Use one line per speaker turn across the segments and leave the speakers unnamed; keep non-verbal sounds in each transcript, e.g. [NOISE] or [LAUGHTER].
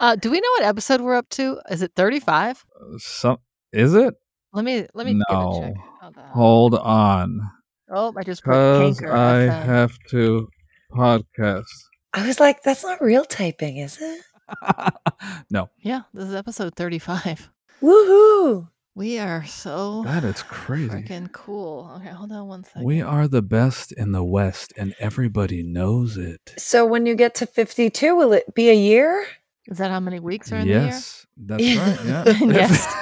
Uh, do we know what episode we're up to? Is it 35?
Some is it?
Let me let me
No.
get a check. Hold on.
Hold on,
Oh, I just put
because
canker.
I
FM.
have to
[LAUGHS]
podcast.
I was like, that's not real typing, is it?
no,
yeah, this is episode 35.
Woohoo!
[LAUGHS] We are so
that is crazy.
freaking cool. Okay, hold on one second.
We are the best in the West, and everybody knows it.
So when you get to 52, will it be a year?
Is that how many weeks are in
Yes, [LAUGHS] that's right.
[LAUGHS]
Yeah. [LAUGHS]
Yes.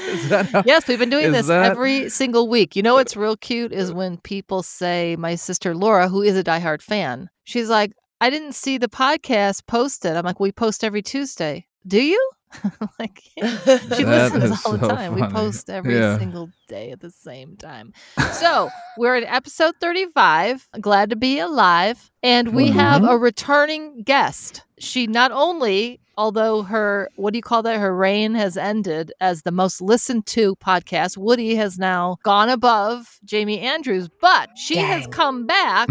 is
the year?
that how-
Yes, we've been doing
is
this
that-
every single week. You know what's real cute is when people say, My sister Laura, who is a diehard fan, she's like, I didn't see the podcast posted. I'm like, We post every Tuesday. Do you? [LAUGHS] like, yeah.
[LAUGHS]
[LAUGHS] She
That
listens
is
all the
so
time. We
funny.
post every
Yeah.
single day at the same time. So we're at episode 35. Glad to be alive. And we have
Mm-hmm.
a returning guest. She not only, although her, what do you call that? Her reign has ended as the most listened to podcast. Woody has now gone above Jamie Andrews, but she has
Dang.
come back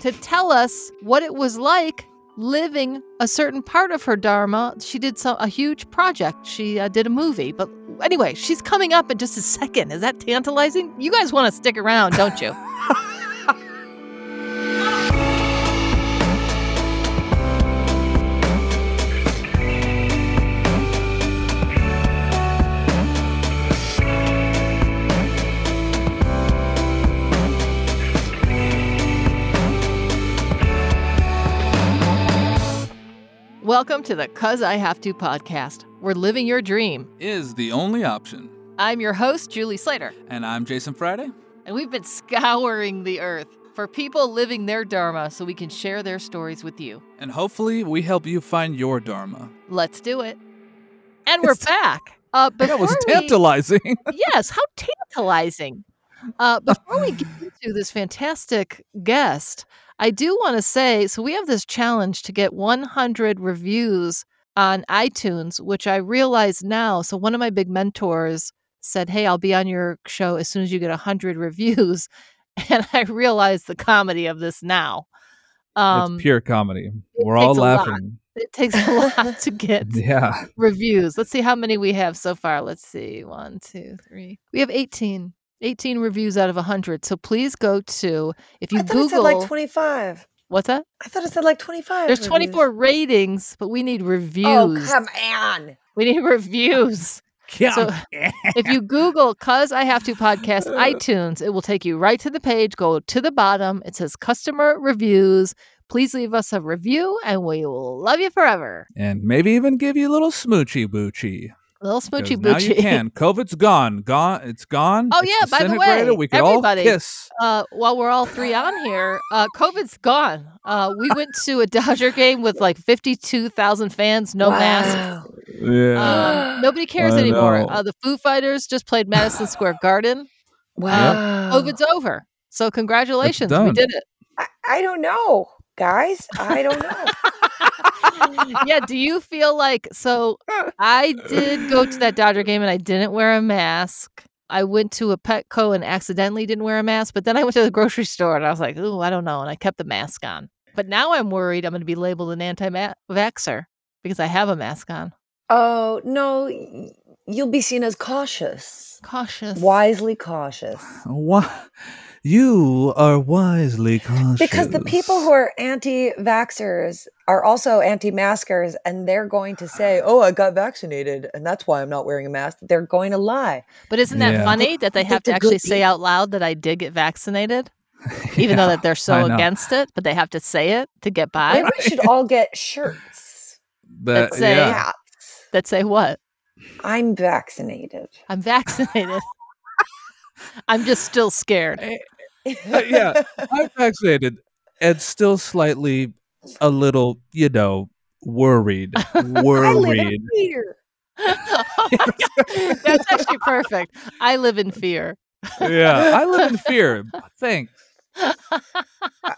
to tell us what it was like living a certain part of her dharma. She did some a huge project. She uh, did a movie, but anyway, she's coming up in just a second. Is that tantalizing? You guys want to stick around, don't you? Welcome to the Cuz I Have to podcast. We're living your dream.
is the only option.
I'm your host, Julie Slater,
And I'm Jason Friday.
and we've been scouring the earth for people living their dharma so we can share their stories with you.
And hopefully, we help you find your Dharma.
Let's do it. And we're back. Uh, before
that was
we-
tantalizing. [LAUGHS]
yes, how tantalizing. Uh, before we get into this fantastic guest, I do want to say so we have this challenge to get 100 reviews on iTunes, which I realize now. So one of my big mentors said, Hey, I'll be on your show as soon as you get 100 reviews. [LAUGHS] And I realize the comedy of this now. Um,
it's pure comedy. We're
takes
all
a lot.
laughing.
It takes a lot
[LAUGHS]
to get
Yeah.
reviews. Let's see how many we have so far. Let's see. One, two, three. We have 18. 18 reviews out of 100. So please go to, if you
I thought
Google,
it said like 25.
what's that?
I thought it said like 25.
There's
reviews.
24 ratings, but we need
Oh,
reviews.
come on.
we need [LAUGHS]
[LAUGHS]
reviews. So if you Google Cuz I Have to
[LAUGHS]
Podcast iTunes, it will take you right to the page. Go to the bottom. It says customer reviews. Please leave us a review and we will love you forever.
and maybe even give you a little smoochy boochie.
Little
'Cause
smoochy
Now you
boochie.
can. COVID's gone. Gone. It's gone.
Oh,
It's
yeah, by the way,
disintegrated. we could
everybody-
all kiss.
uh, while we're all three on here, uh, COVID's gone. Uh, we went to a Dodger game with like 52,000 fans, no mask.
Wow.
Yeah.
Um, nobody cares
I
anymore.
know.
Uh, the Foo Fighters just played Madison Square Garden.
Wow.
COVID's over. So congratulations, we
done.
did it.
I, I don't know, guys. I don't know.
[LAUGHS] Yeah. Do you feel like so? I did go to that Dodger game and I didn't wear a mask. I went to a Petco and accidentally didn't wear a mask, but then I went to the grocery store and I was like, "Ooh, I don't know," and I kept the mask on. But now I'm worried I'm going to be labeled an anti-vaxxer because I have a mask on.
Oh, no. y- You'll be seen as cautious,
Cautious.
wisely cautious.
Why? You are wisely cautious.
Because the
[LAUGHS]
people who are anti vaxxers are also anti maskers, and they're going to say, Oh, I got vaccinated, and that's why I'm not wearing a mask. They're going to lie.
But isn't that
Yeah.
funny that they
But
have to
the
actually
good
say
people-
out loud that I did get vaccinated, even though that they're
I
so
know.
against it, but they have to say it to get by?
Maybe we should
[LAUGHS]
all get shirts
That-
Let's say-
yeah.
that
that say what?
I'm vaccinated.
I'm vaccinated. I'm just still scared.
Uh,
[LAUGHS]
yeah. I'm vaccinated and still slightly, a little, you know,
[LAUGHS]
worried.
I live in
Worried.
fear.
That's actually perfect. I live in fear.
yeah. I live
[LAUGHS]
in fear. Thanks.
I-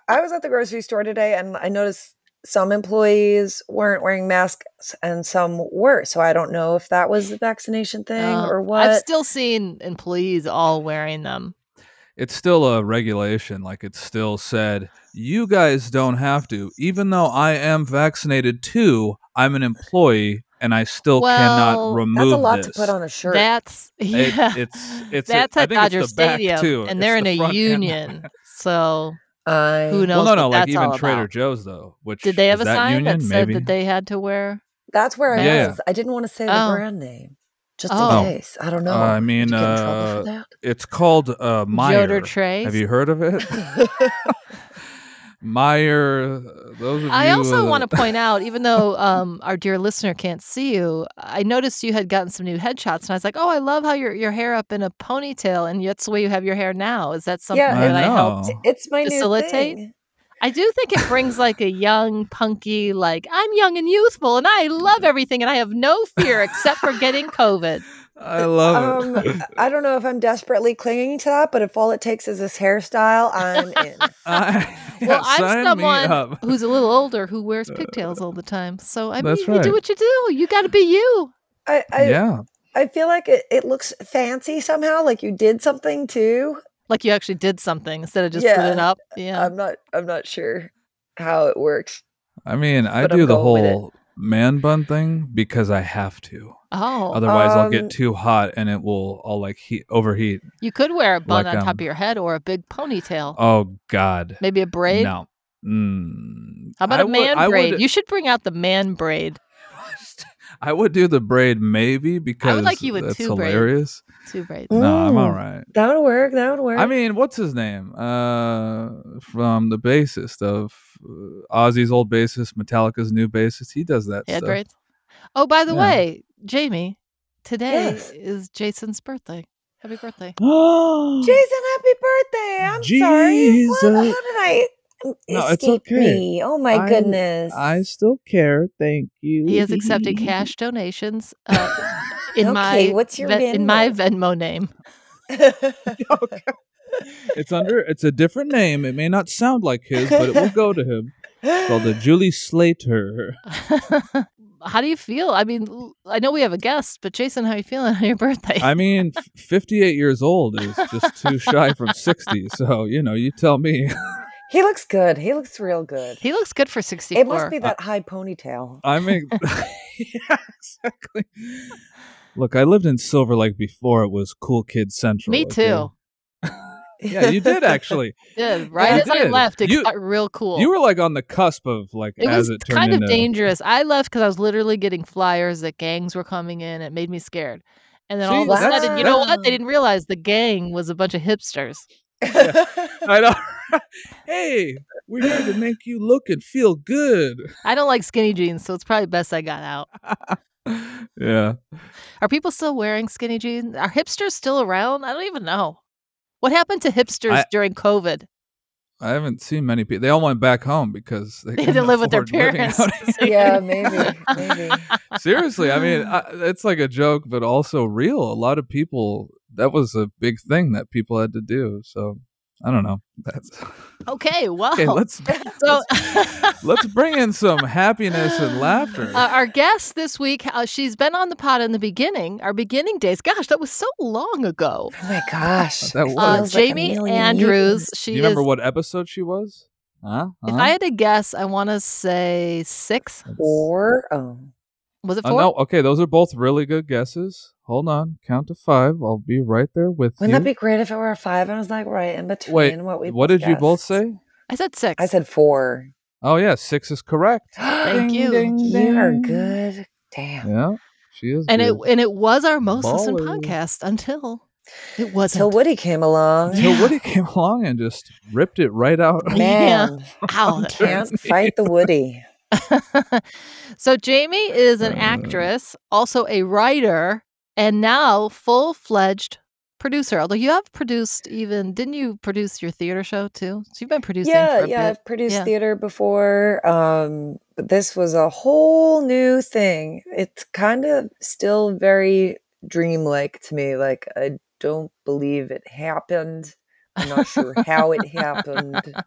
I was at the grocery store today and I noticed some employees weren't wearing masks and some were. So I don't know if that was the vaccination thing
Um,
or what.
I've still seen employees all wearing them.
it's still a regulation. Like it's still said, you guys don't have to. Even though I am vaccinated too, I'm an employee and I still
Well,
cannot
that's a
remove
That's a lot
this.
to put on a shirt.
That's
It-
yeah.
it's it's
That's
it, I
at
think it's
Dodger
the back,
Stadium,
too.
and
It's
they're in
the
a
front end. [LAUGHS]
union. So
I
who knows?
Well, no,
what
no, like
that's
even
all
Trader
about.
Joe's though. Which
Did they have
is
a
that
sign
union?
that said
Maybe.
that they had to wear?
That's where I
Yeah.
was. I didn't want to say
Oh.
the brand name just
Oh.
in case. I don't know.
Uh, I mean,
Did you get in
uh,
trouble for
It's called uh, Meyer.
Yoder Trays.
Have you heard of
[LAUGHS]
it?
that?
Meyer. Those of
I
you,
also
uh,
want to point out, even though um, our dear listener can't see you, I noticed you had gotten some new headshots, and I was like, "Oh, I love how your your hair up in a ponytail, and that's the way you have your hair now." Is that something
Yeah,
I
that I helped?
know.
it's my new
Facilitate?
thing.
I do think it brings like a young, punky, like I'm young and youthful, and I love everything, and I have no fear except for getting COVID.
[LAUGHS] I love
Um,
it.
I don't know if I'm desperately clinging to that, but if all it takes is this hairstyle, I'm
[LAUGHS]
in.
[LAUGHS] I, [LAUGHS]
Well, I'm
sign me
someone
up.
Who's a little older, who wears pigtails all the time. So I mean,
That's
you do
right.
what you do. You got to be you.
I I,
yeah,
I feel like it, it looks fancy somehow, like you did something too.
Like you actually did something instead of just putting it
Yeah. Uh,
up. Yeah.
I'm not I'm not sure how it works.
I mean, I
But I'm
do the
going with it.
whole man bun thing because I have to.
oh,
Otherwise, I'll
Um,
get too hot and it will. I'll like heat overheat.
you could wear a bun
like,
on top
um,
of your head or a big ponytail,
Oh God,
maybe a braid.
no. Mm,
How about
I
a man
would, uh, I
braid?
Would, [LAUGHS]
you should bring out the man braid
I would do the braid maybe because
like you with
that's
two braids.
hilarious.
too, braids.
Mm.
No, I'm
Ooh.
all right.
That would work. That would work.
I mean, what's his name? Uh, from the bassist of uh, Ozzy's old bassist, Metallica's new bassist. He does that.
He had [GASPS]
stuff. [GASPS]
braids. Oh, by the
Yeah.
way, Jamie, today
Yes.
is Jason's birthday. Happy birthday.
Jason, happy birthday. I'm sorry. What?
Jesus.
How did I um,
No, it's
escape
okay.
me? Oh my
I-
goodness.
I still care. Thank you.
He has accepted cash donations uh, in
[LAUGHS] Okay,
my
what's your
Ven- in my
[LAUGHS] Venmo?
Venmo name.
[LAUGHS]
[LAUGHS]
It's under. It's a different name. It may not sound like his, but it will go to him. It's Called the Julie Slater.
how do you feel? I mean, l- I know we have a guest, but Jason, how are you feeling on your birthday?
I mean, f- 58 years old is just too shy from 60. So you know, you tell me.
[LAUGHS]
[LAUGHS]
he looks good. He looks real good.
he looks good for sixty-four.
It must be that high ponytail.
I mean, [LAUGHS] yeah, exactly. Look, I lived in Silver Lake before it was Cool Kid Central.
Me
okay?
too.
Yeah, you did actually. [LAUGHS]
Did, right
You
as I
did.
left, it
You-
got real [LAUGHS] cool.
You were like on the cusp of like
it
as
was
it turned
kind of
into.
dangerous. I left because I was literally getting flyers that gangs were coming in. It made me scared. And then all of a
See,
that's-
sudden, you know what? They
that's-
didn't realize the gang was a bunch of hipsters.
I know. hey, we're here to make you look and feel good.
I don't like skinny jeans, so it's probably best I got out.
Yeah.
Are people still wearing skinny jeans? Are hipsters still around? I don't even know. What happened to hipsters
I-
during COVID?
I haven't seen many people. They all went back home because
[LAUGHS]
they,
[LAUGHS] They had to
couldn't
live with their
afford living
parents.
out [LAUGHS]
So-
[LAUGHS] yeah, maybe. Maybe.
Seriously, I mean, I, it's like a joke, but also real. A lot of people, that was a big thing that people had to do. So I don't know. That's
[LAUGHS]
[LAUGHS]
Okay, well,
okay. Let's
so [LAUGHS]
let's bring in some happiness and laughter.
Uh, our guest this week, uh, she's been on the pod in the beginning, our beginning days. Gosh, that was so long ago.
Oh my gosh.
That
It
was.
Uh,
feels like a
Jamie
million
Andrews. She
Do you remember
is.
what episode she was? Huh? Uh-huh.
If I had to guess, I want to say six.
years. Four. Oh.
Was it
Uh,
four?
no, okay, those are both really good guesses. Hold on, count to five. I'll be right there with
Wouldn't that
you.
be great if it were a five? I was like right in between
Wait,
what we.
what did you both
discussed.
say?
I said six.
I said four.
Oh yeah, six is
[SIGHS]
correct.
[GASPS]
Thank you.
you are
ding.
good. Damn.
Yeah, she is.
and it
good.
and it was our most listened
Baller.
podcast until it wasn't.
Till Woody came
[LAUGHS]
along.
Till Woody came along and just ripped it right out.
Man,
Ow,
[LAUGHS]
that
can't fight the Woody.
[LAUGHS] so Jamie is an
Mm.
Uh.
actress, also a writer, and now full fledged producer. Although you have produced even didn't you produce your theater show too? So you've been producing for
Yeah,
a
yeah.
bit.
I've produced
Yeah.
theater before. Um, but this was a whole new thing. It's kind of still very dreamlike to me. Like I don't believe it happened. I'm not sure how it happened.
[LAUGHS]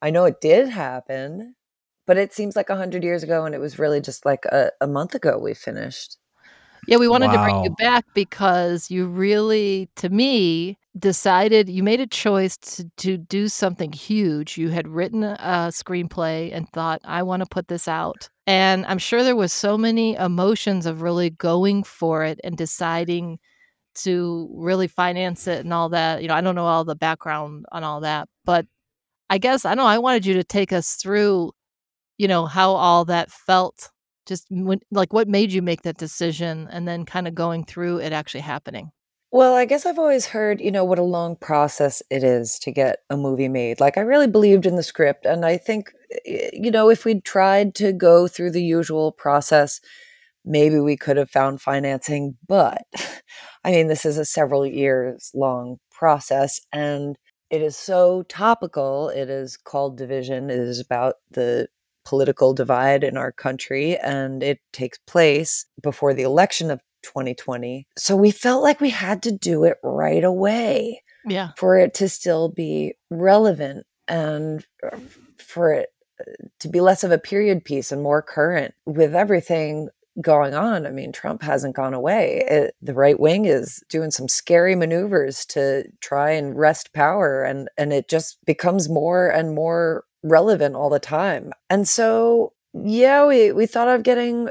I know it did happen, but it seems like a hundred years ago, and it was really just like a, a month ago we finished.
Yeah, we wanted to bring you
Wow.
back because you really, to me, decided you made a choice to, to do something huge you had written a screenplay and thought i want to put this out and i'm sure there was so many emotions of really going for it and deciding to really finance it and all that you know i don't know all the background on all that but i guess i know i wanted you to take us through you know how all that felt just when, like what made you make that decision and then kind of going through it actually happening
Well, I guess I've always heard, you know, what a long process it is to get a movie made. Like, I really believed in the script. And I think, eh, you know, if we'd tried to go through the usual process, maybe we could have found financing. But [LAUGHS] I mean, this is a several years long process. And it is so topical. It is called Division, it is about the political divide in our country. And it takes place before the election of 2020. So we felt like we had to do it right away
yeah
for it to still be relevant and for it uh, to be less of a period piece and more current with everything going on. I mean, Trump hasn't gone away. It, the right wing is doing some scary maneuvers to try and wrest power and and it just becomes more and more relevant all the time. And so yeah, we, we thought of getting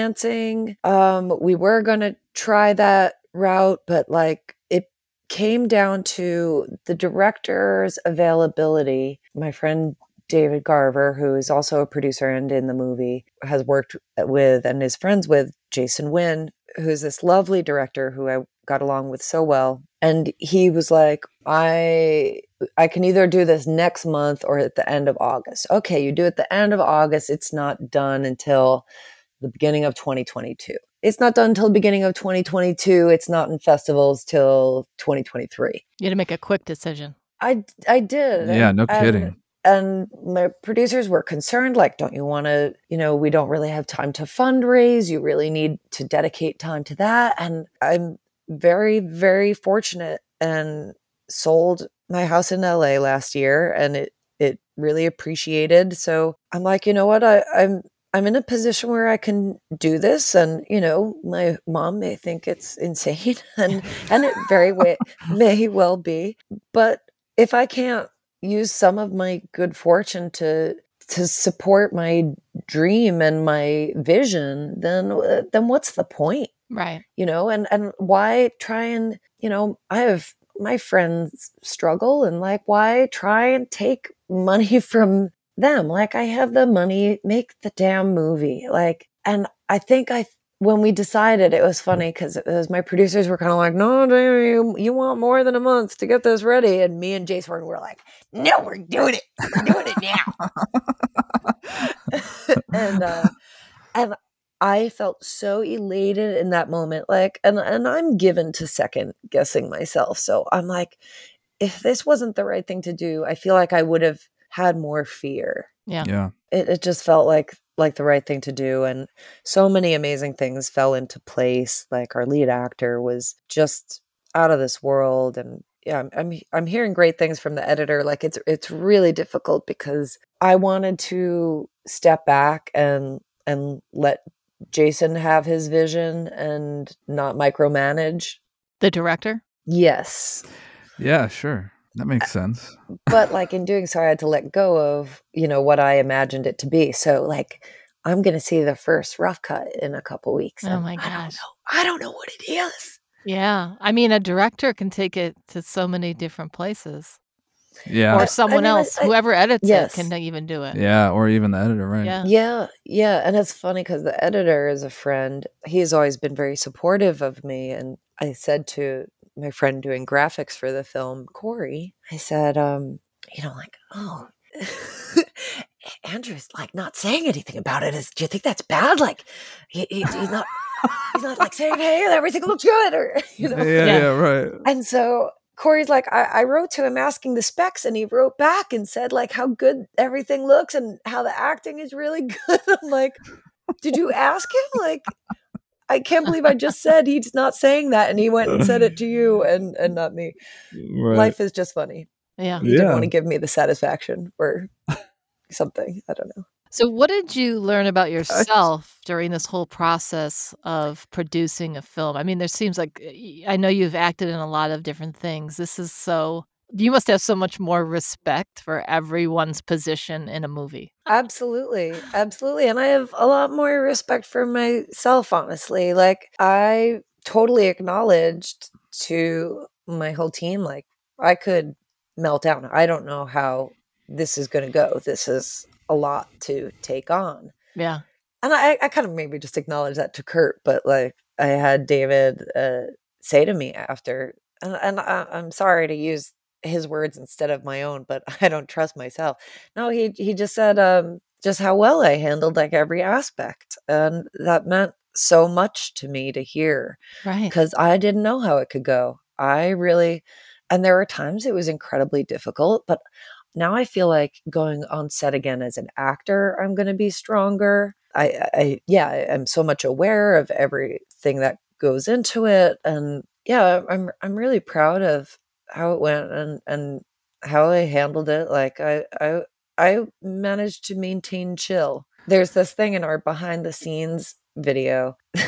financing. Um, we were going to try that route, but like it came down to the director's availability. My friend David Garver, who is also a producer and in the movie, has worked with and is friends with Jason Wynn, who's this lovely director who I got along with so well. And he was like, I I can either do this next month or at the end of August. Okay, you do it the end of August. It's not done until the beginning of 2022. It's not done until the beginning of 2022. It's not in festivals till 2023.
you had to make a quick decision
I I did.
Yeah,
and-
no
and-
kidding.
And my producers were concerned, like, don't you want to, you know, we don't really have time to fundraise. You really need to dedicate time to that. And I'm very, very fortunate and sold my house in LA last year and it it really appreciated. So I'm like, you know what? I, I'm I'm in a position where I can do this, and you know, my mom may think it's insane, [LAUGHS] and
Mm.
and it very way, may well be. But if I can't use some of my good fortune to to support my dream and my vision, then uh, then what's the point?
[LAUGHS] right
you know and and why try and you know i have my friends struggle and like why try and take money [LAUGHS] from them like i have the money make the damn movie like and i think i when we decided it was funny because it was my producers were kind of like no no, you, you want more than a month to get this ready and me and jason were like no we're doing it we're
Uh,
doing it now [LAUGHS] and uh, and I felt so elated in that moment. Like, and and I'm given to second guessing myself, so I'm like, if this wasn't the right thing to do, I feel like I would have had more fear.
yeah.
yeah.
It it just felt like like the right thing to do and so many amazing things fell into place like our lead actor was just out of this world and yeah I'm, I'm i'm hearing great things from the editor like it's it's really difficult because i wanted to step back and and let jason have his vision and not micromanage
the director
yes
Yeah, sure. That makes sense.
but like in doing so i had to let go of you know what i imagined it to be so like i'm gonna see the first rough cut in a couple weeks
Oh
and
my
i don't
gosh.
know i don't know what it is
yeah i mean a director can take it to so many different places
Yeah.
I- I
or someone
mean, I-
else
I-
whoever edits
Yes.
it can even do it
yeah, or even the editor, right?
yeah
yeah yeah and it's funny because the editor is a friend he's always been very supportive of me and i said to my friend doing graphics for the film corey i said um you know like oh [LAUGHS] andrew's like not saying anything about it is do you think that's bad like he, he, he's not he's not like saying, "Hey, everything looks good," or [LAUGHS] you
[LAUGHS]
know.
Yeah, yeah,
Yeah.
right.
And so Corey's like, I, I wrote to him asking the specs, and he wrote back and said like how good everything looks and how the acting is really [LAUGHS] good. I'm like, did you ask him? Like, I can't believe I just said he's not saying that, and he went and said it to you and and not me.
Right.
Life is just funny.
yeah
He didn't
Yeah.
want to give me the satisfaction or something. I don't know.
So, what did you learn about yourself during this whole process of producing a film? I mean, there seems like I know you've acted in a lot of different things. This is so, you must have so much more respect for everyone's position in a movie.
Absolutely. Absolutely. And I have a lot more respect for myself, honestly. Like, I totally acknowledged to my whole team, like, I could melt down. I don't know how this is going to go. This is a lot to take on.
Yeah.
And I, I kind of maybe just acknowledged that to Kurt, but like, I had David uh, say to me after, and, and I, I'm sorry to use his words instead of my own, but [LAUGHS] I don't trust myself. No, he he just said um, just how well I handled like every aspect, and that meant so much to me to hear
Right.
because I didn't know how it could go. I really, and there were times it was incredibly difficult, but now I feel like going on set again as an actor, I'm going to be stronger. I, I, yeah, I- I'm so much aware of everything that goes into it, and yeah, I'm, I'm really proud of how it went and and how I handled it. Like I, I, I managed to maintain chill. There's this thing in our behind the scenes video. [LAUGHS]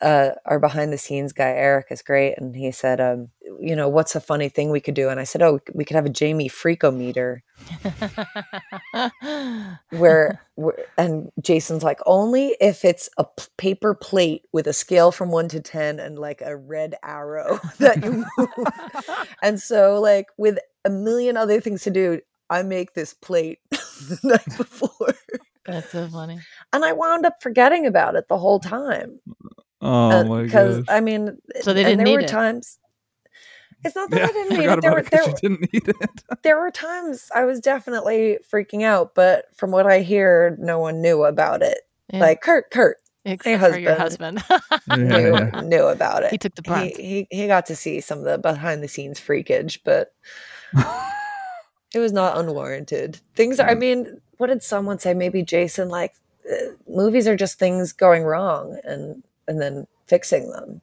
uh, our behind the scenes guy Eric is great, and he said, um, you know, what's a funny thing we could do? And I said, oh, we could have a Jamie Freakometer where, where and Jason's like, only if it's a p- paper plate with a scale from one to 10 and like a red arrow [LAUGHS] that
[LAUGHS]
you move. and so, like, with a million other things to do, I make this plate [LAUGHS] the night before.
[LAUGHS] That's so funny.
And I wound up forgetting about it the whole time.
Oh
Uh,
my
because
gosh.
I mean,
So they
and
didn't
there were
need it.
times. It's not that
yeah,
I
I
didn't need
forgot
it. There
about it
were,
'cause [LAUGHS]
there,
you didn't need
[LAUGHS]
it.
there were times I was definitely freaking out, but from what I hear, no one knew about it.
Yeah,
Like Kurt, Kurt
except for your husband.
[LAUGHS] knew knew about
he
it.
took the brunt.
He, he he got to see some of the behind the scenes freakage, but it was not unwarranted. Things
Mm.
are, I mean, what did someone say? Maybe Jason like uh, movies are just things going wrong and and then fixing them.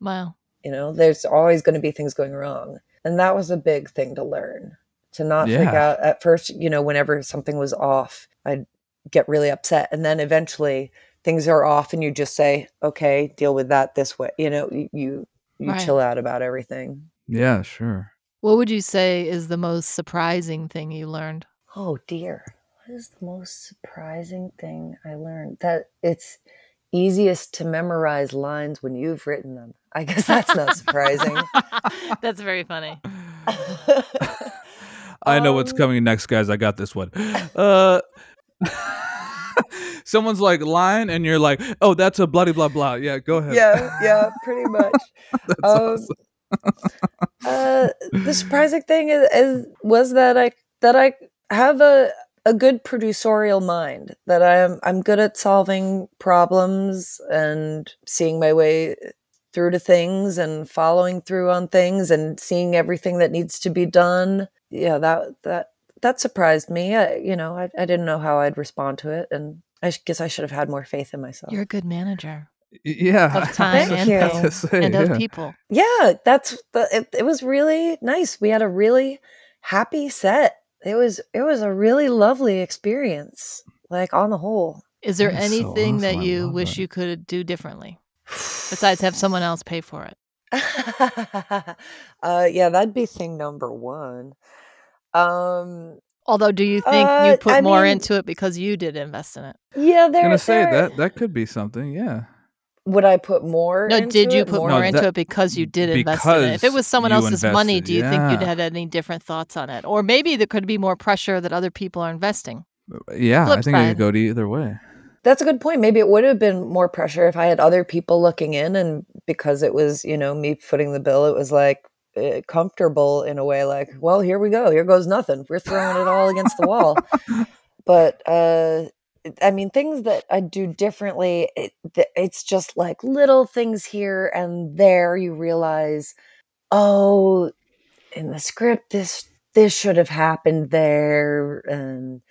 Wow.
You know, there's always going to be things going wrong. And that was a big thing to learn to not freak
Yeah.
out. At first, you know, whenever something was off, I'd get really upset. And then eventually things are off and you just say, okay, deal with that this way. You know, you, you, you
Right.
chill out about everything.
[LAUGHS] yeah, sure.
What would you say is the most surprising thing you learned?
Oh dear. What is the most surprising thing I learned? That it's easiest to memorize lines when you've written them. I guess that's
[LAUGHS]
not surprising. [LAUGHS]
That's very funny.
I know what's
Um,
coming next, guys. I got this one. Uh, [LAUGHS] someone's like lying, and you're like, "Oh, that's a bloody blah blah." Yeah, go ahead.
yeah, yeah,
[LAUGHS]
pretty much. um, uh, the surprising thing is, is was that I that I have a a good producerial mind that I'm I'm good at solving problems and seeing my way through to things and following through on things and seeing everything that needs to be done. Yeah, that that that surprised me. I, you know, I, I didn't know how I'd respond to it, and I sh- guess I should have had more faith in myself.
You're a good
[LAUGHS]
manager
[LAUGHS] yeah.
Of time
Thank and you.
I was about to say,
and of
[LAUGHS] yeah.
people.
yeah that's the it, it was really nice we had a really happy set it was it was a really lovely experience like on the whole
Is there
That's so
anything that
awesome. I
you
love
wish
that.
you could do differently besides have someone else pay for it?
[LAUGHS] uh yeah that'd be thing number one um
Although, do you think
Uh,
you put
I
more
mean-
into it because you did invest in it?
yeah there,
gonna say
there-
that that could be something. Yeah.
would i put more
No,
into
did you
it?
put more,
more
No,
into
that-
it because you did invest in it? If it
because
was someone
you
else's money,
invested,
do you think you'd
yeah.
had any different thoughts on it? Or maybe there could be more pressure that other people are investing.
Yeah,
Flip
I think it
side.
could go to either
[LAUGHS]
way.
That's a good point. Maybe it would have been more pressure if I had other people looking in, and because it was, you know, me footing the bill, it was like eh, comfortable in a way. Like, well, here we go. Here goes nothing. We're throwing it all against the wall. But uh, it- I mean, things that I do differently. It, th- it's just like little things here and there. You realize, oh, in the script, this this should have happened there, and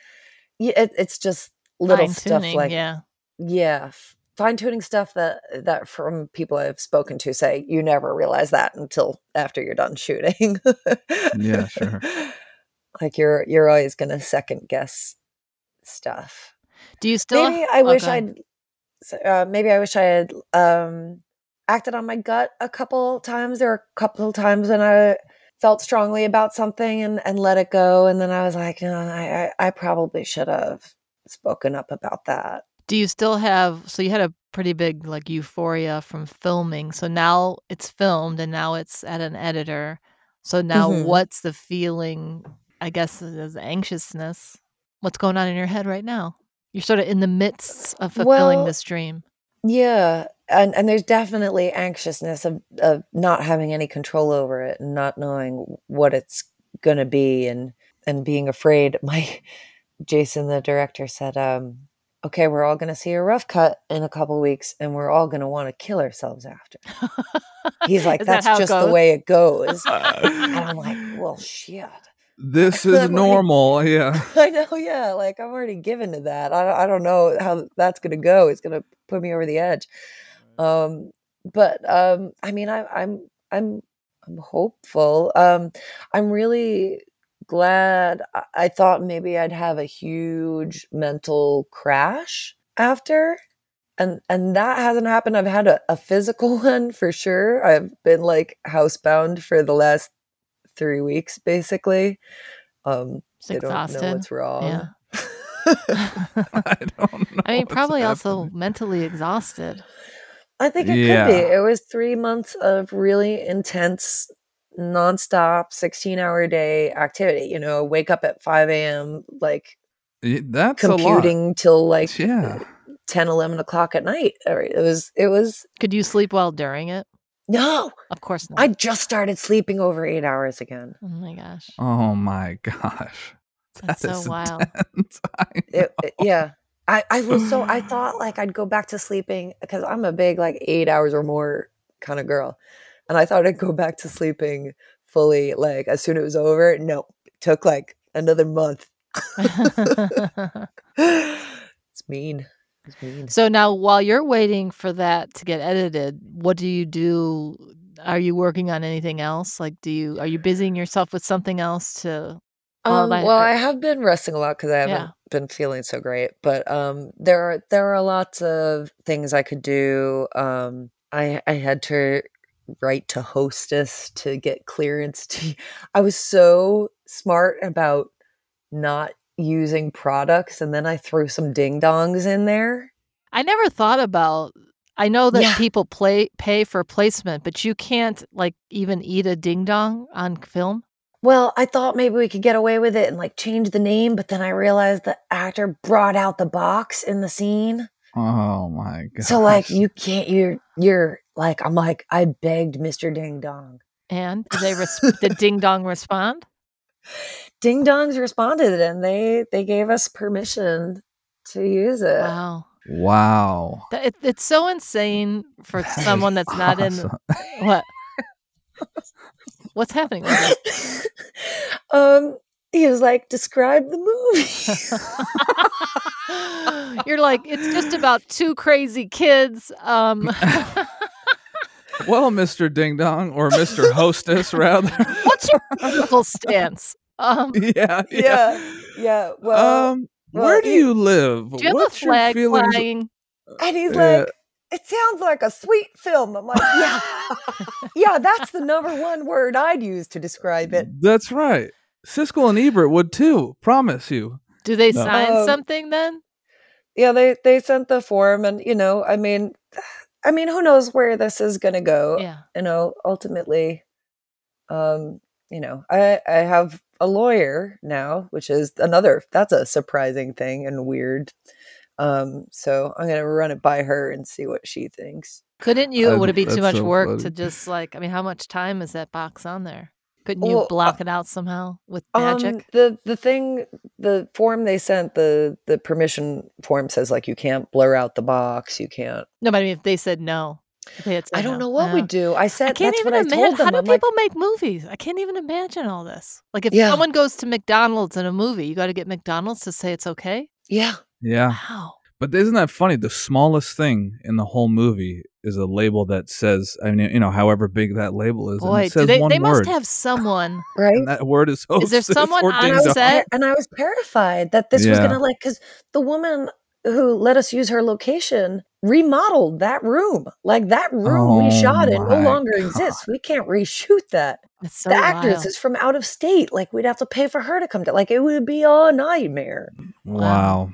yeah, it, it's just little stuff
Fine-tuning,
like
yeah.
yeah fine tuning stuff that that from people I've spoken to say you never realize that until after you're done shooting.
Yeah, sure.
[LAUGHS] Like you're you're always going to second guess stuff.
Do you still?
maybe I wish
okay.
I'd. so, Uh, maybe I wish I had um, acted on my gut a couple times. There were a couple times when I felt strongly about something and, and let it go, and then I was like, no, I, I I probably should have spoken up about that.
Do you still have? So you had a pretty big like euphoria from filming. So now it's filmed, and now it's at an editor. So now,
Mhm.
what's the feeling? I guess is anxiousness. What's going on in your head right now? You're sort of in the midst of fulfilling
Well,
this dream.
Yeah, and and there's definitely anxiousness of of not having any control over it and not knowing what it's going to be and and being afraid. [LAUGHS] My Jason the director said um okay, we're all going to see a rough cut in a couple weeks and we're all going to want to kill ourselves after.
[LAUGHS]
He's like
Is that
that's
how it
just
goes?
the way
[LAUGHS]
it goes. and
Uh,
I'm like, well, shit. [LAUGHS]
this
I'm
is
like-
normal. [LAUGHS] Yeah.
[LAUGHS]
[LAUGHS] I know, yeah. Like I'm already given to that. I don't, I don't know how that's gonna go. It's gonna put me over the edge. Um, but um, I mean, I, I'm I'm I'm hopeful. Um, I'm really glad. I, I thought maybe I'd have a huge mental crash after. And, and that hasn't happened. I've had a, a physical [LAUGHS] one for sure. I've been like housebound for the last three weeks, basically. Um,
It's
they don't know
exhausted.
what's wrong.
Yeah.
I don't know.
I mean,
what's
probably also
happening.
mentally exhausted.
[LAUGHS] I think it
Yeah.
could be. It was three months of really intense, nonstop, sixteen-hour day activity. You know, wake up at five a.m. like
Y- That's a
computing till like
lot.
[LAUGHS]
Yeah.
10, 11 o'clock at night. Or It was. It was
Could you sleep well during it?
no.
Of course not.
I just started sleeping over eight hours again.
oh my gosh,
Oh my gosh. [LAUGHS]
that's
That is
so wild.
intense. [LAUGHS] I
It, it- yeah. I, I was so I thought like I'd go back to sleeping because I'm a big like eight hours or more kind of girl. And I thought I'd go back to sleeping fully like as soon as it was over. No, it took like another month. [GASPS]
[LAUGHS]
[LAUGHS] it's mean. It's mean.
so now, while you're waiting for that to get edited, what do you do? Are you working on anything else? Like, do you are you busying yourself with something else to? Well,
Um,
I-
well, I have been resting a lot because I haven't
Yeah.
been feeling so great. But um, there are there are lots of things I could do. Um, I I had to write to hostess to get clearance. To [LAUGHS] I was so smart about not using products, and then I threw some ding dongs in there.
I never thought about. I know that
Yeah.
people play pay for placement, but you can't like even eat a ding dong on film.
Well, I thought maybe we could get away with it and like change the name, but then I realized the actor brought out the box in the scene.
Oh my god.
So like you can't you're you're like I'm like I begged Mr. Ding Dong.
[LAUGHS]
And did they res- did ding dong respond?
Ding Dongs responded and they they gave us permission to use
Uh,
it.
Wow,
Wow.
That- it, it's so insane for
That is
someone that's not in
awesome.
what.
[LAUGHS]
What's happening? Linda?
[LAUGHS] um he was like describe the
[LAUGHS]
movie.
You're like, it's just about two crazy kids.
[LAUGHS]
Um, [LAUGHS]
Well, Mr. Ding Dong or [LAUGHS] Mr. Hostess rather.
what's your political stance? Um,
[LAUGHS] yeah.
Yeah, yeah, well
um
well,
where do
you-
you live?
do you have
What's
a flag
your feelings?
flying?
and he's
yeah.
like it sounds like a sweet film. I'm like
[LAUGHS]
yeah. yeah, that's the number one word I'd use to describe it.
That's right. Siskel and Ebert would too, promise you.
Do they
No.
sign
Um,
something then?
yeah they they sent the form and you know i mean i mean who knows where this is gonna go
Yeah.
you know ultimately um you know i i have a lawyer now which is another that's a surprising thing and weird um so i'm gonna run it by her and see what she thinks
Couldn't you?
I
would it be
think
too
that's
much
so
work to
funny.
just like? I mean, how much time is that box on there? Couldn't you
Well, uh,
block it out somehow with magic?
Um, the the thing, the form they sent, the the permission form says like you can't blur out the box, you can't.
no, but I mean, if they said no, if they had said
I don't
no,
know what we
yeah.
do. I said
I can't
that's
even
what I
imagine.
told them.
How do
I'm like,
people make movies? I can't even imagine all this. Like if
Yeah.
someone goes to McDonald's in a movie, you got to get McDonald's to say it's okay.
yeah,
Yeah.
Wow.
But isn't that funny? The smallest thing in the whole movie is a label that says, I mean, you know, however big that label is. and
Boy,
it says
do they,
one
they
word.
must have someone.
right.
and that word is
Is there
hostess
someone
or
on
ding
and I was
set?
ter- and I was terrified that this was
Yeah.
gonna like because the woman who let us use her location remodeled that room. Like that room we
Oh
shot in no
my
longer
God.
exists. We can't reshoot that.
It's so
the actress
wild.
is from out of state. Like we'd have to pay for her to come to. Like it would be a nightmare.
Wow.
Wow.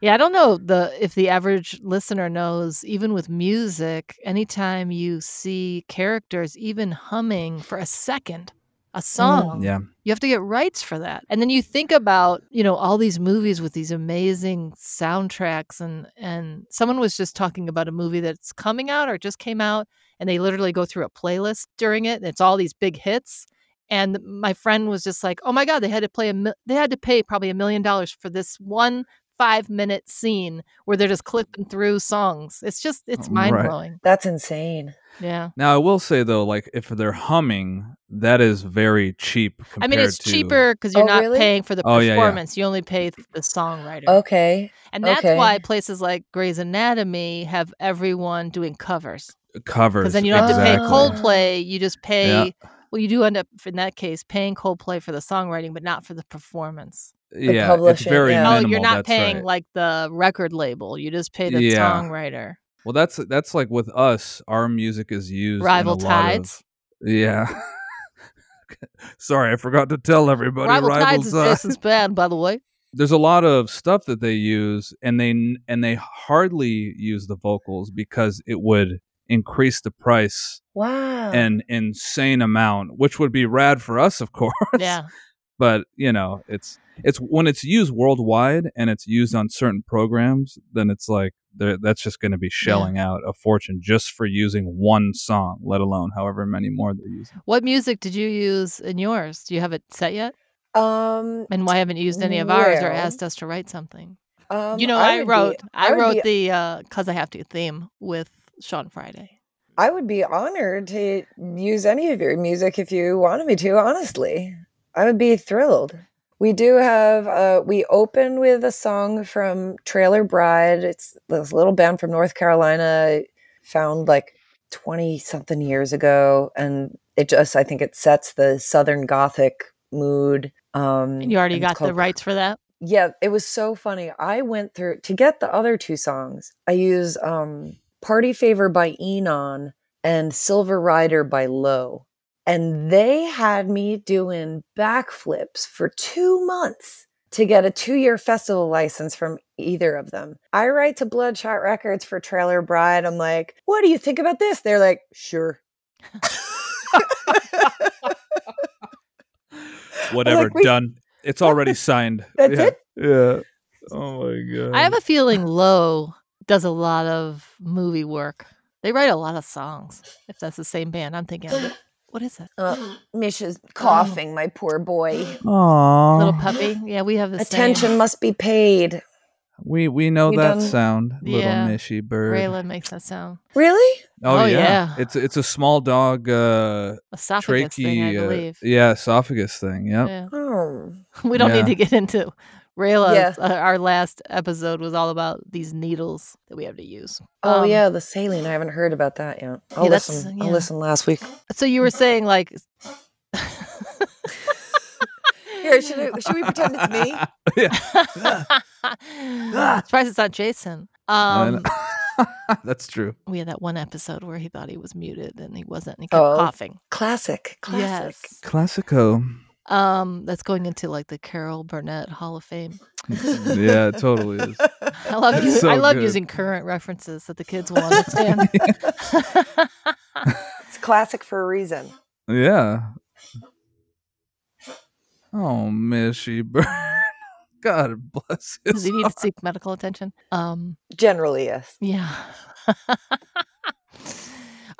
Yeah, I don't know the if the average listener knows. Even with music, anytime you see characters even humming for a second
Mm,
a song,
Yeah.
you have to get rights for that. And then you think about you know all these movies with these amazing soundtracks, and and someone was just talking about a movie that's coming out or just came out, and they literally go through a playlist during it. And it's all these big hits. And my friend was just like, "Oh my god, they had to play a mil- they had to pay probably a million dollars for this one five minute scene where they're just clipping through songs. It's just it's
Mm, Right.
mind blowing.
That's insane.
Yeah,
Now I will say though, like if they're humming, that is very cheap. Compared
I mean it's
to-
cheaper because you're
Oh,
not
really?
paying for the
Oh, yeah, yeah.
performance. You only pay th- the songwriter,
Okay.
and that's
okay.
why places like Grey's Anatomy have everyone doing covers
covers.
because then you don't have to pay
exactly.
cold-
Coldplay. You just pay. Well, you do end up in that case paying Coldplay for the songwriting, but not for the performance.
Yeah, it's
publishing,
very
yeah.
Oh,
minimal.
you're not
that's
paying
right.
like the record label. You just pay the
Yeah.
songwriter.
Well, that's that's like with us, our music is used. in
Rival
a lot of-
Tides?
yeah. [LAUGHS] Sorry, I forgot to tell everybody.
Rival, Tides is
Tides-
Jason's band, by the way.
[LAUGHS] There's a lot of stuff that they use, and they n- and they hardly use the vocals because it would increase the price
Wow.
an insane amount, which would be rad for us, of course.
Yeah.
but you know it's it's when it's used worldwide and it's used on certain programs then it's like there- that's just going to be shelling out a fortune just for using one song let alone however many more they're
[GASPS]
using
What music did you use in yours? Do you have it set yet?
um,
And why haven't you used any of ours or
Well,
asked us to write something?
um,
you know, I,
would be-
wrote I,
I would
wrote
be-
the uh 'Cause I Have to theme with Sean Friday.
I would be honored to use any of your music if you wanted me to, honestly. I would be thrilled. We do have, uh, we open with a song from Trailer Bride. It's this little band from North Carolina, found like 20 something years ago. And it just, I think it sets the Southern Gothic mood. Um,
And you already
and it's
got the
called-
rights for that?
yeah it was so funny i went through to get the other two songs i use um party favor by enon and silver rider by low and they had me doing backflips for two months to get a two-year festival license from either of them i write to bloodshot records for trailer bride i'm like what do you think about this they're like sure
whatever
Like, we-
done
[LAUGHS]
it's already signed
That's
yeah.
it?
yeah oh my god
I have a feeling Low does a lot of movie work. They write a lot of songs. If that's the same band, I'm thinking, "What- what is it? [GASPS]
uh, misha's
Oh.
coughing my poor boy
Aww.
Little puppy. Yeah, we have [GASPS] the
attention
Same.
must be paid
we we know
We
that
done-
sound little
Yeah.
mishy bird
Raylan makes that sound.
really
Oh,
oh, yeah.
yeah.
it's it's a small dog uh
Esophagus thing, I
trachea
believe.
yeah esophagus thing uh, yep.
Yeah. [LAUGHS]
Oh,
We don't
Yeah.
need to get into Rayla.
Yeah.
uh, our last episode was all about these needles that we have to use.
oh
Um,
yeah, the saline. I haven't heard about that yet. I'll
Yeah, that's-
listen.
yeah.
I'll listen last week.
So you were saying like, [LAUGHS]
Here, should we, should we pretend it's
[LAUGHS]
me?
[LAUGHS] Surprised it's not Jason. Um,
And-
[LAUGHS]
That's true.
we had that one episode where he thought he was muted and he wasn't. And he kept
Oh,
coughing.
[LAUGHS] Classic, classic.
Yes.
Classico.
Um, that's going into like the Carol Burnett Hall of
[LAUGHS]
Fame.
yeah, it totally is.
I love
That's
you.
so
I love
good.
using current references that the kids will
[LAUGHS]
understand.
[LAUGHS]
[LAUGHS]
It's classic for a reason.
Yeah. Oh, Mishy Bird. [LAUGHS] God bless
Does he
his.
need to seek medical attention? Um,
Generally, yes.
Yeah. [LAUGHS]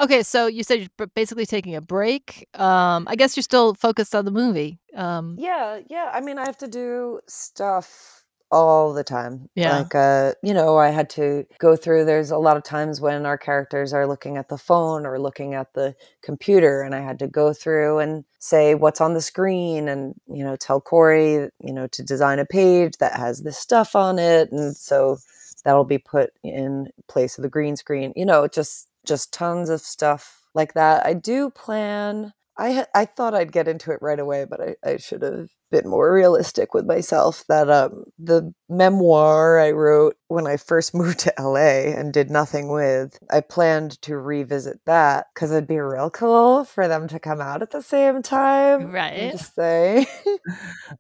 okay, so you said you're b- basically taking a break. Um, I guess you're still focused on the movie. Um,
Yeah, yeah. I mean, I have to do stuff all the time.
Yeah.
Like, uh, you know, I had to go through, there's a lot of times when our characters are looking at the phone or looking at the computer, and I had to go through and say what's on the screen and, you know, tell Corey, you know, to design a page that has this stuff on it. And so that'll be put in place of the green screen, you know, just, just tons of stuff like that. I do plan I ha- I thought I'd get into it right away, but I, I should have bit more realistic with myself that um, the memoir I wrote when I first [LAUGHS] moved to LA and did nothing with, I planned to revisit that because it'd be real cool for them to come out at the same time.
Right.
Just [LAUGHS] say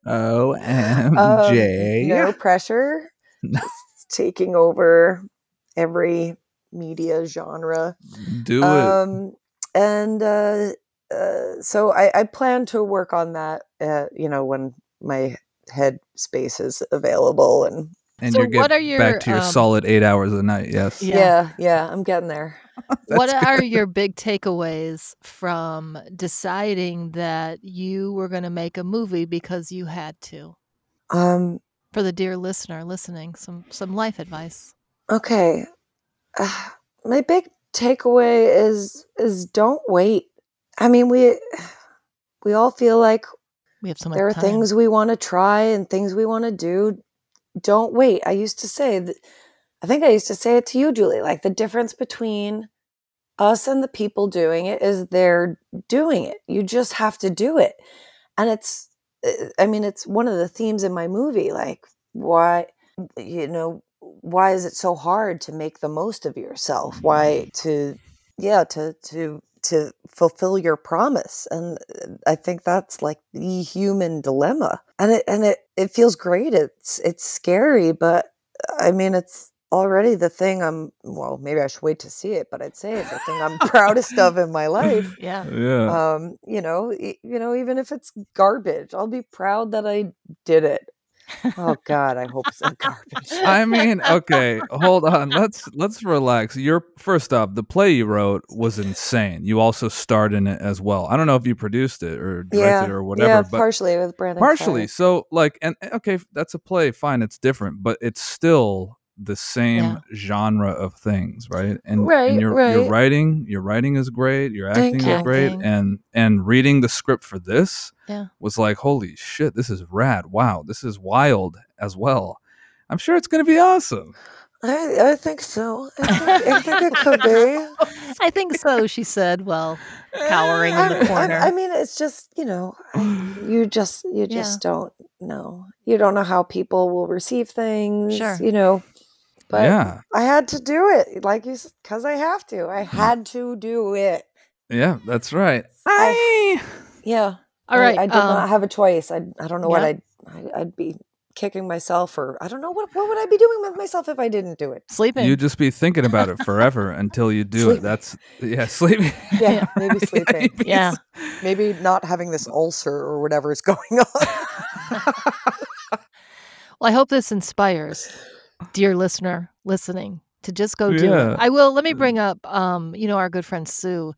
Um,
OMG. [LAUGHS]
no pressure. Just taking over every media genre.
Do it.
Uh,
Um, and uh, uh, so I, I plan to work on that, uh, you know, when my head space is available. And
and
so
you get
what are your,
back to your
um,
solid eight hours a night. Yes.
Yeah.
yeah, yeah, I'm getting there.
what are your big takeaways from deciding that you were going to make a movie because you had to?
Um,
For the dear listener listening, some some life advice.
okay. Uh, my big takeaway is is don't wait. I mean, we we all feel like
We have so much
there are
time.
things we want to try and things we want to do don't wait i used to say th- i think i used to say it to you julie like the difference between us and the people doing it is they're doing it you just have to do it and it's uh, i mean it's one of the themes in my movie like why you know why is it so hard to make the most of yourself why to yeah to to to fulfill your promise and uh, i think that's like the human dilemma and it and it it feels great it's it's scary but uh, i mean it's already the thing i'm well maybe i should wait to see it but i'd say it's the thing i'm proudest of in my life
Yeah.
[LAUGHS]
Uh,
Yeah.
um you know e- you know even if it's garbage i'll be proud that i did it oh god i hope it's not garbage
[LAUGHS] I
[LAUGHS]
mean, okay, hold on. Let's let's relax. Your first off, the play you wrote was insane. You also starred in it as well. I don't know if you produced it or directed it or whatever,
yeah
but
partially with brandon
partially.
Fire.
So like, and and okay, that's a play. Fine, it's different, but it's still the same
Yeah.
genre of things, right? And,
Right,
and your your
right.
writing, your writing is great. Your
Thank
acting
you.
is great,
Acting.
and and reading the script for this
Yeah.
was like, holy shit, this is rad. Wow, this is wild as well. I'm sure it's gonna be awesome.
I, I think so I think, I think it could
[LAUGHS]
be
I think so, she said. Well, cowering in the
Eh, [LAUGHS]
I'm- I'm-
corner.
I, mean, it's just you know,
[SIGHS]
you just you just don't know. You don't know how people will receive things.
Sure.
You know, but
yeah,
I had to do it, like you, because I have to. I
Mm.
had to do it.
yeah, that's right.
I- Yeah.
all right.
I, I did
um,
not have a choice. I I don't know what I'd, I'd I'd be kicking myself or I don't know what what would I be doing with myself if I
[LAUGHS]
didn't do it.
sleeping.
You just be thinking about it forever until you do it.
Sleeping.
That's yeah, [LAUGHS] sleeping.
Yeah,
Yeah. [LAUGHS]
maybe sleeping.
yeah.
Maybe not having this ulcer or whatever is [LAUGHS] going on.
Well, I hope this inspires dear listener listening to just go do
Yeah.
it. I will. Let me
Mm.
bring up, um, you know, our good friend Sue.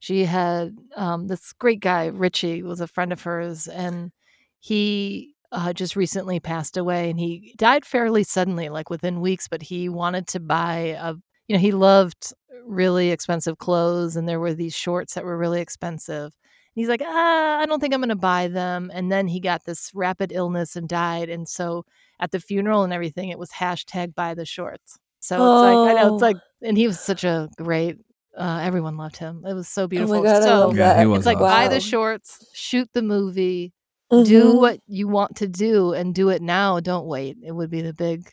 She had um, this great guy Richie was a friend of hers, and he uh, just recently passed away, and he died fairly suddenly, like within weeks. But he wanted to buy a, you know, he loved really expensive clothes, and there were these shorts that were really expensive. And He's like, ah, I don't think I'm going to buy them. And then he got this rapid illness and died. And so at the funeral and everything, it was hashtag buy the shorts. So it's like I know
Oh.
it's like, and he was such a great. Uh, everyone loved him. It was so beautiful.
Oh my god,
so
I love
Yeah,
that.
he was
it's like buy the shorts, shoot the movie, do
Mhm.
what you want to do, and do it now. Don't wait. It would be the big,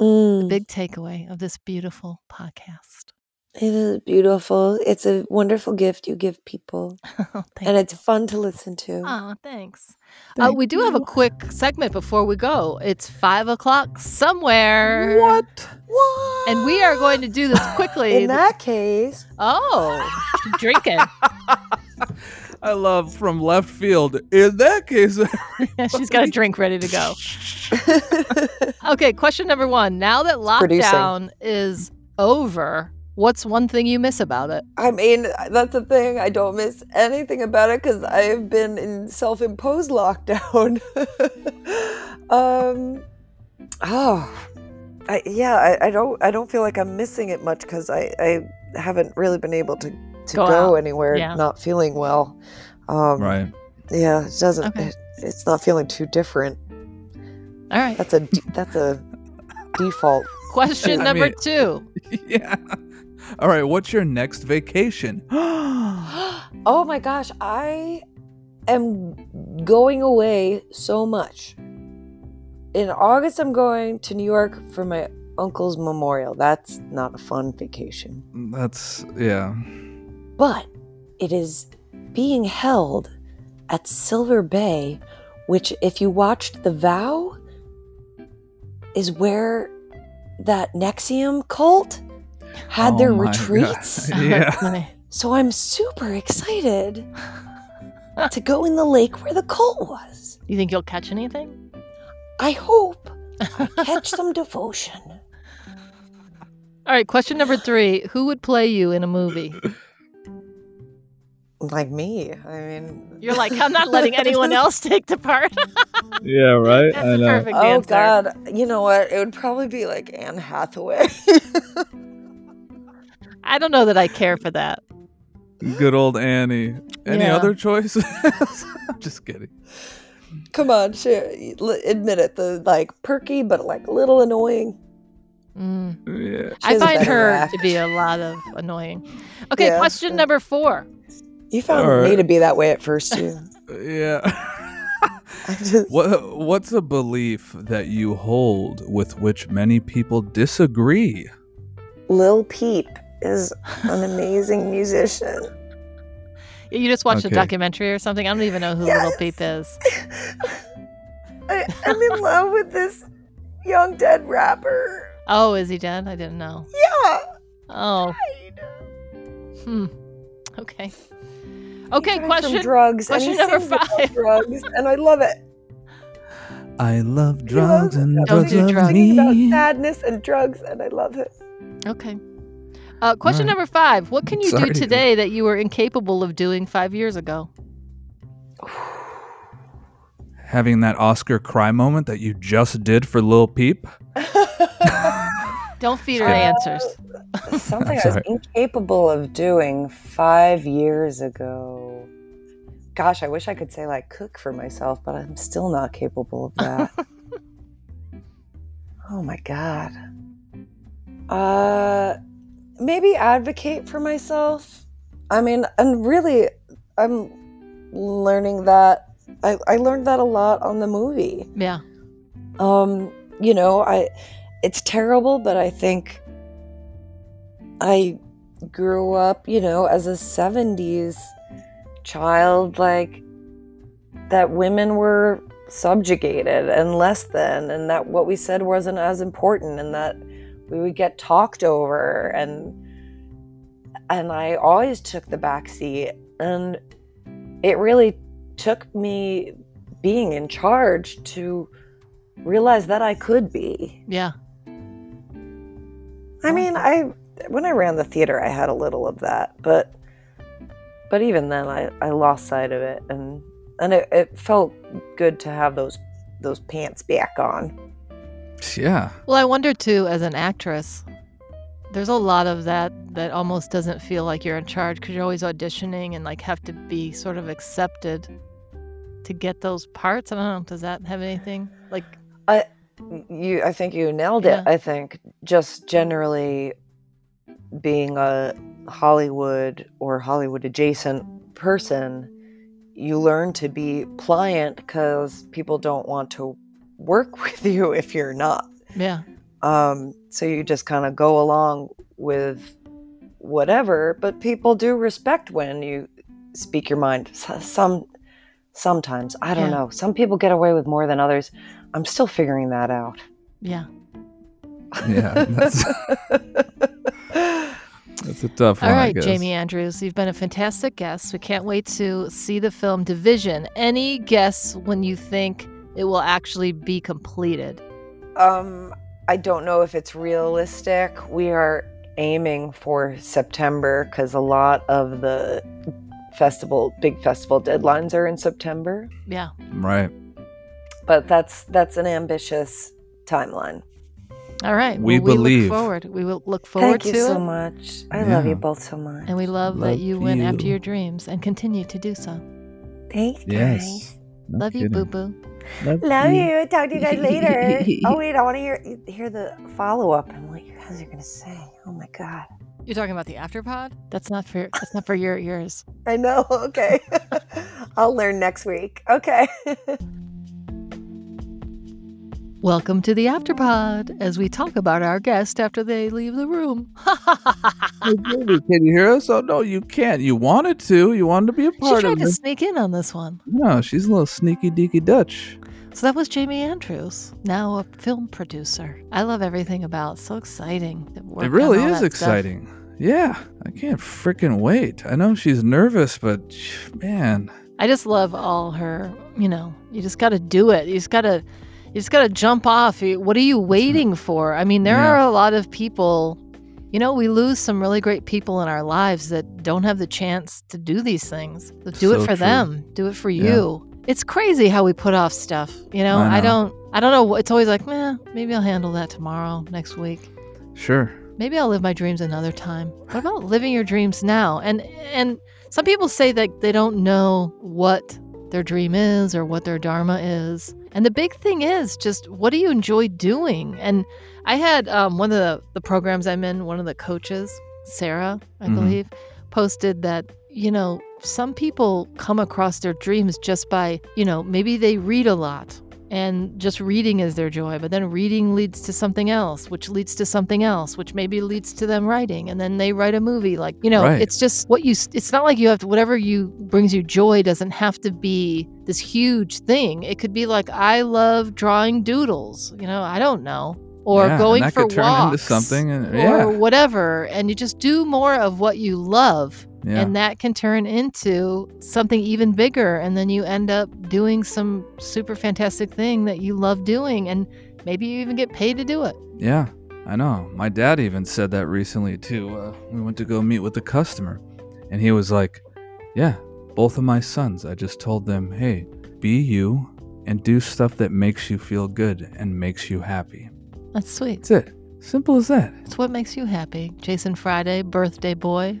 Mm.
big takeaway of this beautiful podcast.
It is beautiful. It's a wonderful gift you give people,
[LAUGHS] Oh, Thank
and it's
you.
fun to listen to.
Oh, thanks. uh,
Thank
we do have a
you.
quick segment before we go. It's five o'clock somewhere.
What?
What?
And we are going to do this quickly.
In that case,
oh, [LAUGHS] drinking.
I love from left field. In that case, [LAUGHS]
She's got a drink ready to go. Okay, question number one. Now that
producing.
lockdown is over, what's one thing you miss about it?
I mean, that's the thing. I don't miss anything about it because I have been in self-imposed [LAUGHS] lockdown. um, oh, I, yeah. I, I don't. I don't feel like I'm missing it much because I, I haven't really been able to to
Go
go,
out,
anywhere.
yeah.
Not feeling well. Um,
right. [LAUGHS]
Yeah, it doesn't.
Okay.
It, it's not feeling too different.
All right.
That's a d- that's a default.
Question
I
number
mean-
two.
yeah. All right. What's your next vacation?
oh my gosh, I am going away so much. In August, I'm going to New York for my uncle's memorial. That's not a fun vacation,
[GASPS] That's yeah.
but it is being held at Silver Bay, which, if you watched The Vow, is where that Nexium cult had
Oh
their
my God.
retreats.
Yeah.
My-
So I'm super excited to go in the lake where the cult was.
you think you'll catch anything?
I hope I catch [LAUGHS] some devotion.
All right, question number three. Who would play you in a [LAUGHS] movie?
Like me. I mean,
You're like, I'm not [LAUGHS] letting
[LAUGHS]
anyone else take the part.
Yeah, right?
That's a perfect
Oh
answer.
God! You know what? It would probably be like Anne Hathaway. [LAUGHS]
I don't know that I care for that.
Good old Annie. Any
Yeah.
other choices? [LAUGHS] I'm just kidding.
Come on, she, l- admit it. The like perky, but like a little annoying.
Mm.
Yeah.
She
I
has a
find
better
her
laugh.
to be a lot of annoying. Okay,
Yeah.
question number four.
You found
All
me
right.
to be that way at first too.
Yeah. [LAUGHS]
I just,
what what's a belief that you hold with which many people disagree?
Lil Peep is an amazing musician.
You just watched a
Okay.
documentary or something. I don't even know who Little
Yes.
Peep is.
I, I'm in love with this young dead rapper.
Oh, is he dead? I didn't know.
Yeah.
Oh,
right.
hmm. Okay.
He
Okay,
died from
question.
drugs. and
question
he
number
sings about
five.
Drugs, and I love it.
I love
He loves
drugs and
it.
drugs
do
love
drugs.
me.
Singing about sadness and drugs, and I love it.
Okay. Uh, question
right.
number five. What can you
Sorry,
do
dude.
today that you were incapable of doing five years ago?
Having that Oscar cry moment that you just did for Lil Peep.
Don't feed her
Uh,
answers.
[LAUGHS] Something I was
Sorry.
incapable of doing five years ago. Gosh, I wish I could say like cook for myself, but I'm still not capable of that. oh my god. Uh, maybe advocate for myself. I mean, and really, I'm learning that. I, I learned that a lot on the movie
Yeah.
um you know i it's terrible but i think i grew up you know as a 70s child like that women were subjugated and less than and that what we said wasn't as important and that we would get talked over and and i always took the back seat and it really took me being in charge to realize that I could be.
Yeah.
I mean, I when I ran the theater, I had a little of that, but but even then, I I lost sight of it, and and it, it felt good to have those those pants back on.
Yeah.
Well, I wonder too, as an actress, there's a lot of that that almost doesn't feel like you're in charge because you're always auditioning and like have to be sort of accepted to get those parts. I don't know. Does that have anything like?
You, I think you nailed
Yeah.
it. I think just generally being a Hollywood or Hollywood adjacent person, you learn to be pliant because people don't want to work [LAUGHS] with you if you're not.
Yeah.
Um, so you just kind of go along with whatever, but people do respect when you speak your mind. S- Some, sometimes I don't
Yeah.
know. Some people get away with more than others. I'm still figuring that out.
Yeah.
Yeah. That's, that's a tough
All
one. I
right,
guess.
Jamie Andrews, you've been a fantastic guest. We can't wait to see the film Division. Any guess when you think it will actually be completed?
[LAUGHS] um, I don't know if it's realistic. We are aiming for September because a lot of the festival, big festival deadlines are in September.
Yeah.
Right.
But that's that's an ambitious timeline.
All right.
We
well,
believe.
look forward. We will look forward
Thank you
to it.
so much. I love
Yeah.
you both so much.
And we love, that
Love
you went after
you.
your dreams and continue to do so.
Thanks,
Yes.
guys.
No
Love you,
kidding.
boo boo.
Love you. Talk to
[LAUGHS]
you guys later. oh wait, I want to hear hear the follow up and what you guys are gonna say. Oh my god.
You're talking about the afterpod? That's not for that's not for your ears.
I know. [LAUGHS] Okay.
I'll learn next week.
[LAUGHS]
Okay.
Welcome to the Afterpod as we talk about our guest after they leave the room. [LAUGHS]
[LAUGHS]
Hey, baby, can you hear us? Oh no, you can't. You wanted to. You wanted to be a
she
part
tried
of
to
this.
sneak in on this one.
No, she's a little sneaky deaky Dutch.
So that was Jamie Andrews, now a film producer. I love everything about so exciting. to work
it
on
really
all
is
that stuff.
exciting. Yeah, I can't freaking wait. I know she's nervous, but man,
I just love all her, you know, you just got to do it. You just got to you just got to jump off. You- What are you waiting for? I mean, there
Yeah.
are a lot of people, you know, we lose some really great people in our lives that don't have the chance to do these things. So do it
So
for
true.
them. Do it for
Yeah.
you. It's crazy how we put off stuff, you know?
I
I
know.
don't I don't know. It's always like, "Meh, maybe I'll handle that tomorrow, next week."
sure.
maybe I'll live my dreams another time. What about living your dreams now? And and some people say that they don't know what their dream is or what their dharma is. And the big thing is just what do you enjoy doing? And I had um, one of the, the programs I'm in, one of the coaches, Sarah, I
Mhm.
believe, posted that, you know, some people come across their dreams just by, you know, maybe they read a lot and just reading is their joy but then reading leads to something else which leads to something else which maybe leads to them writing and then they write a movie like you know
Right.
it's just what you s- it's not like you have to whatever you brings you joy doesn't have to be this huge thing it could be like i love drawing doodles you know i don't know or
Yeah, and
going
that
for
could turn into
walks
something and-
or
yeah.
whatever and you just do more of what you love
Yeah.
and that can turn into something even bigger and then you end up doing some super fantastic thing that you love doing and maybe you even get paid to do it
Yeah, I know. My dad even said that recently too. Uh, we went to go meet with the customer, and he was like, "Yeah, both of my sons. I just told them, hey, be you and do stuff that makes you feel good and makes you happy.
that's sweet
That's it. Simple as that."
it's what makes you happy jason friday birthday boy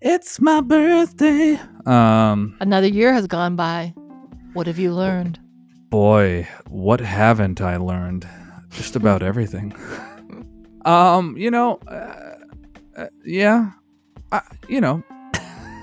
It's my birthday. Um,
another year has gone by what have you learned
boy, what haven't I learned? Just about everything. um, you know, uh, uh, yeah, I, you know,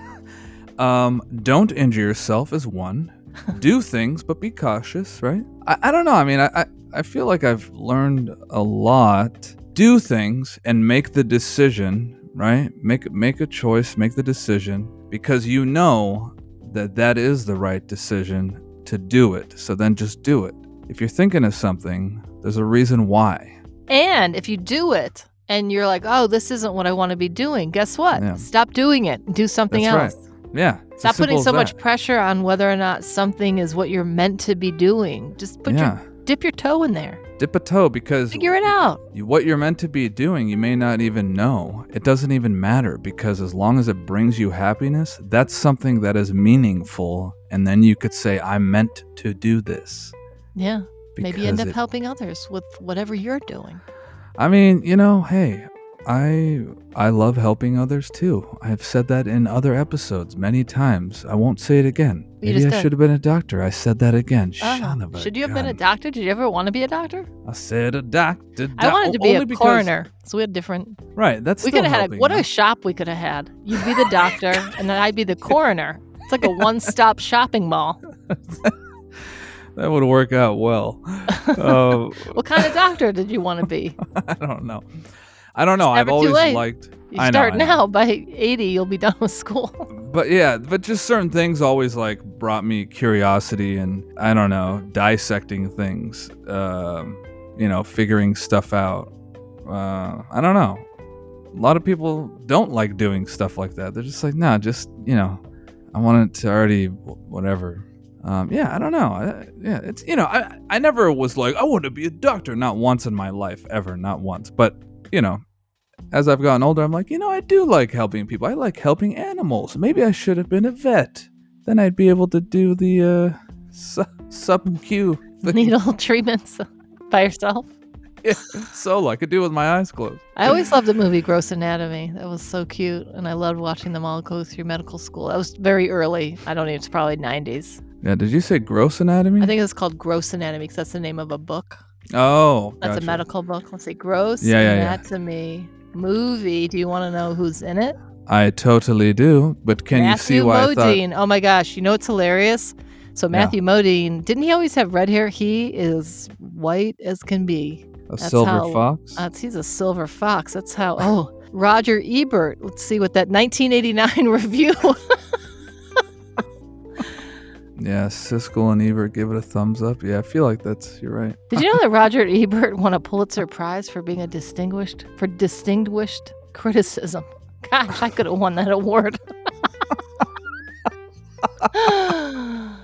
[COUGHS] um, don't injure yourself is one. Do things, but be cautious, right? I, I don't know. I mean, I, I, I feel like I've learned a lot. Do things and make the decision, right? Make make a choice, make the decision because you know that that is the right decision to do it. So then just do it. If you're thinking of something, there's a reason why.
and if you do it and you're like oh this isn't what i want to be doing guess what
Yeah.
stop doing it and do something
That's right.
else
Yeah. it's
Stop
as simple
putting
as
so much
that.
pressure on whether or not something is what you're meant to be doing. Just put
yeah.
your dip your toe in there.
Dip a toe because
Figure it out.
You, what you're meant to be doing, you may not even know. It doesn't even matter because as long as it brings you happiness, that's something that is meaningful. And then you could say, I meant to do this.
Yeah.
Because
Maybe end up
it-
helping others with whatever you're doing.
I mean, you know, hey, I I love helping others too. I've said that in other episodes many times. I won't say it again.
You
Maybe
just
I
did.
should have been a doctor. I said that again.
Ah,
Son of a
should you have been a
gun.
doctor? Did you ever want to be a doctor?
I said a doctor.
I
doc-
wanted to be
only
a
because-
coroner. So we had different.
Right. That's
we
still
could have had a,
helping,
what
huh?
a shop we could have had. You'd be the
[LAUGHS]
doctor, and then I'd be the coroner. It's like a one-stop shopping mall.
that would work out
[LAUGHS]
well. Uh, [LAUGHS]
What kind of doctor did you want to be?
I don't know. I don't know.
It's
I've
never too
always
late.
liked,
You
I know,
start
I know.
now. By 80, you'll be done with
[LAUGHS]
school.
but yeah, but just certain things always like brought me curiosity and I don't know, dissecting things, um, you know, figuring stuff out. Uh, I don't know. A lot of people don't like doing stuff like that. They're just like, nah, just you know, I want it to already wh- whatever. Um, yeah, I don't know. I, yeah, it's you know, I I never was like I want to be a doctor, not once in my life ever, not once. But you know, as I've gotten older, I'm like, you know, I do like helping people. I like helping animals. Maybe I should have been a vet. Then I'd be able to do the uh, su- sub Q
[LAUGHS]
thing
Needle treatments by yourself.
[LAUGHS] solo. I could do it with my eyes closed.
I always loved the movie Gross Anatomy. That was so cute, and I loved watching them all go through medical school. That was very early. I don't know. It's probably nineties.
Yeah, did you say gross anatomy?
I think it was called Gross Anatomy because that's the name of a book.
Oh,
That's
gotcha.
a medical book. Let's see, Gross
Yeah, yeah, yeah.
Anatomy movie. Do you want to know who's in it?
I totally do, but can
Matthew
you see why I
Modine. Oh my gosh, you know what's hilarious? So
Yeah.
Matthew Modine, didn't he always have red hair? He is white as can be.
thought a
That's
silver
how-
fox?
Uh, he's a silver fox. That's how. Oh, Roger Ebert. Let's see what that 1989 [LAUGHS] review.
yeah, Siskel and Ebert give it a thumbs up. Yeah, I feel like that's you're right.
Did you know that Roger [LAUGHS] Ebert won a Pulitzer Prize for being a distinguished for distinguished criticism? Gosh, I could have won that
[LAUGHS]
award. [LAUGHS]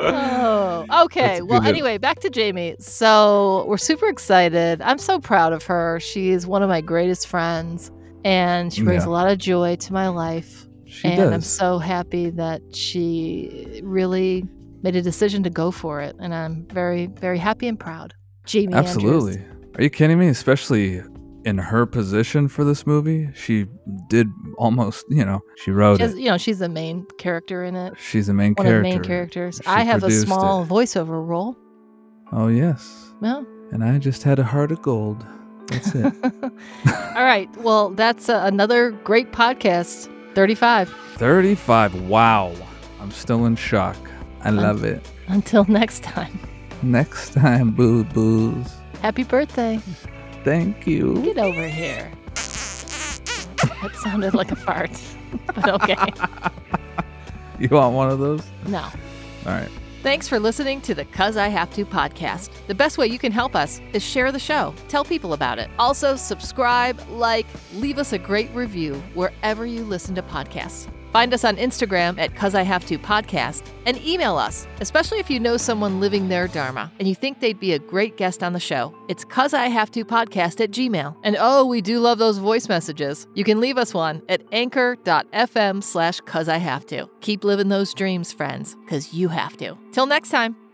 oh, okay.
That's a
Well,
good-
anyway, back to Jamie. So we're super excited. I'm so proud of her. She is one of my greatest friends, and she brings
Yeah.
a lot of joy to my life.
She
and
does.
I'm so happy that she really made a decision to go for it. And I'm very, very happy and proud. Jamie. Andrews.
Absolutely. Are you kidding me? Especially in her position for this movie, she did almost, you know, she wrote
She has-
it.
you know, she's the main character in it.
She's the main
One
character.
of the main characters.
She
I have a
produced
small
it.
voiceover role.
Oh, yes. [LAUGHS]
Well, [LAUGHS]
And I just had a heart of gold. That's it.
all right. Well, that's uh, another great podcast. 35.
35. Wow. I'm still in shock. I love it.
Until [LAUGHS] next time.
Next time, boo boos.
Happy birthday.
Thank you.
Get over here. That sounded like a fart, [LAUGHS] but
[LAUGHS]
okay.
You want one of those?
No.
All right.
Thanks for listening to the Cuz I Have To podcast. The best way you can help us is share the show. Tell people about it. Also, subscribe, like, leave us a great review wherever you listen to podcasts. Find us on Instagram at Cuz I Have To Podcast and email us, especially if you know someone living their Dharma and you think they'd be a great guest on the show. It's Cuz I Have To Podcast at Gmail. And oh, we do love those voice messages. You can leave us one at anchor.fm slash Cuz I Have To. Keep living those dreams, friends, because you have to. Till next time.